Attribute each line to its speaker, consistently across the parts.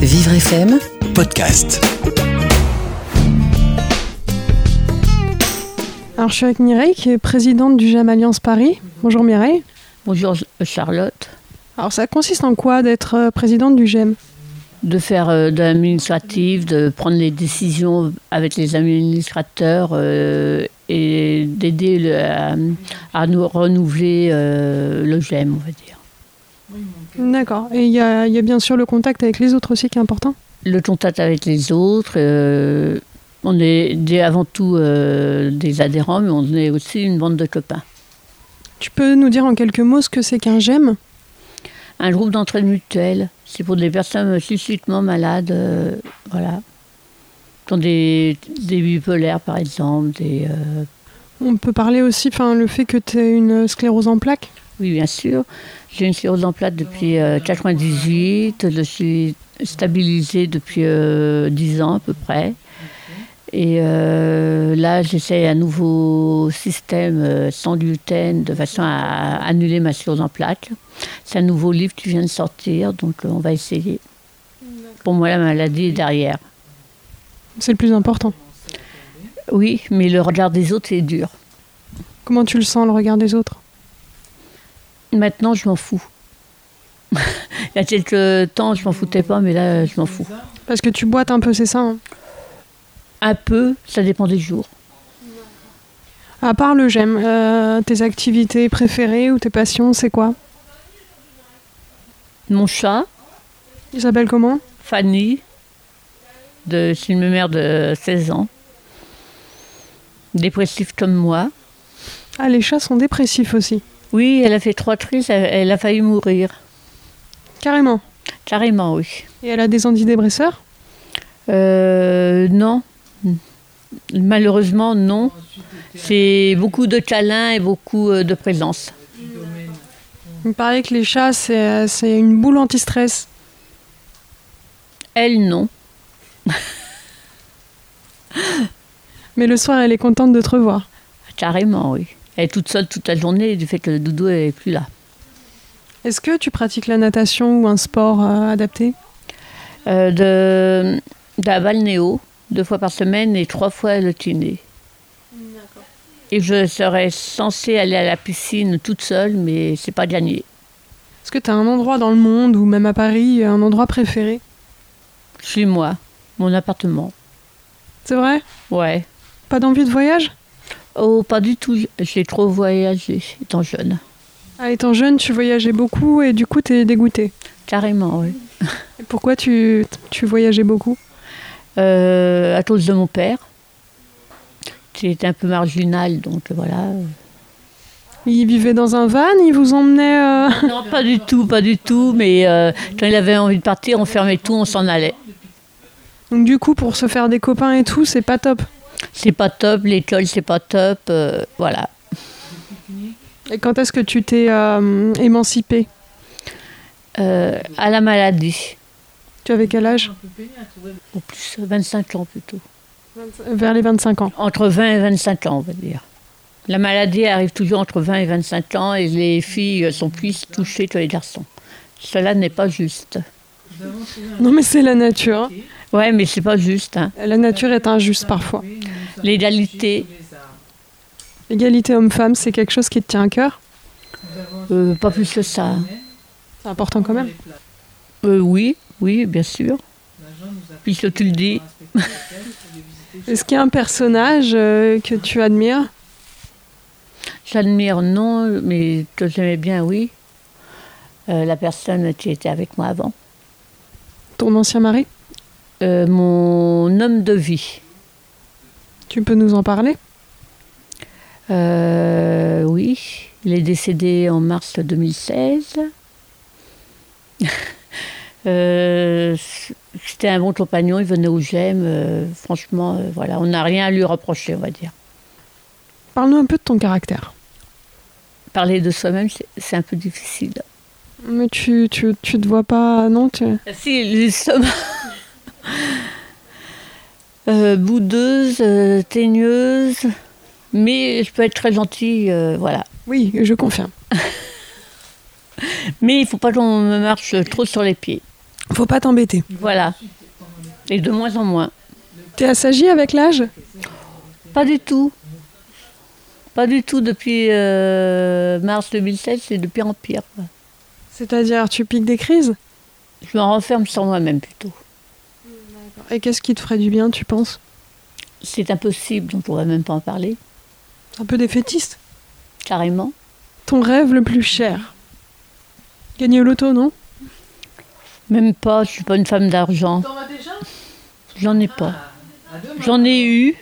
Speaker 1: Vivre FM
Speaker 2: Podcast.
Speaker 3: Alors, je suis avec Mireille, qui est présidente du JAM Alliance Paris. Bonjour Mireille.
Speaker 4: Bonjour euh, Charlotte,
Speaker 3: Alors, ça consiste en quoi d'être euh, présidente du JAM
Speaker 4: de faire euh, de l'administratif, de prendre les décisions avec les administrateurs euh, et d'aider le- à, à nous renouveler euh, le GEM, on va dire.
Speaker 3: D'accord. Et il y, a il y a bien sûr le contact avec les autres aussi qui est important.
Speaker 4: Le contact avec les autres, euh, on est des- avant tout euh, des adhérents, mais on est aussi une bande de copains.
Speaker 3: Tu peux nous dire en quelques mots ce que c'est qu'un JAM
Speaker 4: Un groupe d'entraide mutuelle, c'est pour des personnes suscitement malades, euh, voilà. Qui ont des, des bipolaires par exemple, des... euh,
Speaker 3: On peut parler aussi, enfin, le fait que tu aies une sclérose en plaques.
Speaker 4: Oui, bien sûr. J'ai une sclérose en plaques depuis euh, 98. Je suis stabilisée depuis euh, 10 ans à peu près. Et euh, là, j'essaie un nouveau système euh, sans gluten de façon à annuler ma sclérose en plaques. C'est un nouveau livre qui vient de sortir, donc euh, on va essayer. Pour moi, la maladie est derrière.
Speaker 3: C'est le plus important.
Speaker 4: Oui, mais le regard des autres, c'est dur.
Speaker 3: Comment tu le sens, le regard des autres
Speaker 4: Maintenant, je m'en fous. Il y a quelques temps, je m'en foutais pas, mais là, je m'en fous.
Speaker 3: Parce que tu boites un peu, c'est ça hein
Speaker 4: Un peu, ça dépend des jours.
Speaker 3: À part le JAM, euh, tes activités préférées ou tes passions, c'est quoi
Speaker 4: Mon chat,
Speaker 3: Il s'appelle comment
Speaker 4: Fanny, de, c'est une mère de 16 ans, dépressive comme moi.
Speaker 3: Ah, les chats sont dépressifs aussi.
Speaker 4: Oui, elle a fait trois crises, elle, elle a failli mourir.
Speaker 3: Carrément.
Speaker 4: Carrément, oui.
Speaker 3: Et elle a des antidépresseurs
Speaker 4: Euh, non. Malheureusement, non. C'est beaucoup de câlins et beaucoup euh, de présence.
Speaker 3: Il me paraît que les chats, c'est euh, c'est une boule anti-stress.
Speaker 4: Elle, non.
Speaker 3: Mais le soir, elle est contente de te revoir.
Speaker 4: Carrément, oui. Elle est toute seule toute la journée du fait que le doudou est plus là.
Speaker 3: Est-ce que tu pratiques la natation ou un sport euh, adapté
Speaker 4: Euh, de, de la balnéo, deux fois par semaine et trois fois le kiné. Et je serais censée aller à la piscine toute seule, mais c'est pas gagné.
Speaker 3: Est-ce que tu as un endroit dans le monde ou même à Paris, un endroit préféré
Speaker 4: Chez moi, mon appartement.
Speaker 3: C'est vrai
Speaker 4: Ouais.
Speaker 3: Pas d'envie de voyage
Speaker 4: Oh, pas du tout. J'ai trop voyagé étant jeune.
Speaker 3: ah, Étant jeune, tu voyageais beaucoup et du coup, t'es dégoûté.
Speaker 4: Carrément, oui.
Speaker 3: Et pourquoi tu, tu voyageais beaucoup
Speaker 4: Euh, à cause de mon père, qui était un peu marginal, donc voilà.
Speaker 3: Il vivait dans un van, il vous emmenait... euh,
Speaker 4: Non, pas du tout, pas du tout, mais euh, quand il avait envie de partir, on fermait tout, on s'en allait.
Speaker 3: Donc du coup, pour se faire des copains et tout, c'est pas top.
Speaker 4: c'est pas top, l'école c'est pas top, euh, voilà.
Speaker 3: Et quand est-ce que tu t'es euh, émancipée
Speaker 4: Euh, à la maladie,
Speaker 3: Tu avais quel âge
Speaker 4: ou plus, 25 ans plutôt.
Speaker 3: Vers les 25 ans.
Speaker 4: Entre 20 et 25 ans, on va dire. La maladie arrive toujours entre 20 et 25 ans et les filles sont plus touchées que les garçons. Cela n'est pas juste.
Speaker 3: Non mais c'est la nature. hein.
Speaker 4: Ouais, mais c'est pas juste. hein.
Speaker 3: La nature est injuste parfois.
Speaker 4: L'égalité,
Speaker 3: L'égalité homme-femme, c'est quelque chose qui te tient à cœur.
Speaker 4: euh, pas plus que ça.
Speaker 3: C'est important quand même.
Speaker 4: Euh, oui, oui, bien sûr. Puisque tu le dis,
Speaker 3: Est-ce qu'il y a un personnage euh, que tu admires
Speaker 4: j'admire non, mais que j'aimais bien, oui. Euh, la personne qui était avec moi avant.
Speaker 3: Ton ancien mari
Speaker 4: Euh, mon homme de vie.
Speaker 3: Tu peux nous en parler
Speaker 4: Euh, oui, il est décédé en mars 2016. Euh, C'était un bon compagnon, il venait où j'aime. euh, franchement, euh, voilà, on n'a rien à lui reprocher, on va dire.
Speaker 3: Parle-nous un peu de ton caractère.
Speaker 4: Parler de soi-même, c'est- c'est un peu difficile.
Speaker 3: Mais tu, tu, tu te vois pas, non tu-
Speaker 4: Si, l'estomac. Euh, boudeuse, euh, teigneuse, mais je peux être très gentille, euh, voilà.
Speaker 3: Oui, je confirme.
Speaker 4: Mais il faut pas qu'on me marche trop sur les pieds.
Speaker 3: Faut pas t'embêter.
Speaker 4: Voilà. Et de moins en moins.
Speaker 3: T'es assagie avec l'âge
Speaker 4: Pas du tout. Pas du tout depuis euh, mars 2016, c'est de pire en pire. quoi.
Speaker 3: C'est-à-dire, tu piques des crises
Speaker 4: Je me renferme sur moi-même plutôt.
Speaker 3: Et qu'est-ce qui te ferait du bien, tu penses
Speaker 4: C'est impossible, on ne pourrait même pas en parler,
Speaker 3: Un peu défaitiste.
Speaker 4: carrément.
Speaker 3: Ton rêve le plus cher Gagner au loto, non
Speaker 4: Même pas, je suis pas une femme d'argent.
Speaker 1: T'en as déjà Ah,
Speaker 4: J'en ai pas.
Speaker 1: À deux mains.
Speaker 4: J'en ai eu,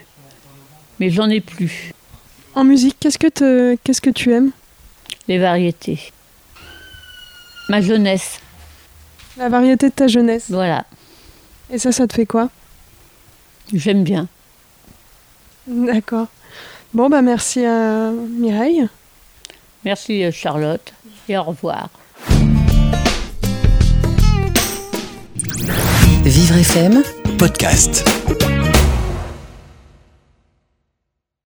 Speaker 4: mais j'en ai plus.
Speaker 3: En musique, qu'est-ce que, te- qu'est-ce que tu aimes
Speaker 4: Les variétés. Ma jeunesse,
Speaker 3: La variété de ta jeunesse.
Speaker 4: voilà.
Speaker 3: Et ça, ça te fait quoi
Speaker 4: J'aime bien.
Speaker 3: D'accord. Bon, bah merci à Mireille.
Speaker 4: Merci euh, Charlotte et au revoir.
Speaker 2: Vivre FM
Speaker 5: podcast.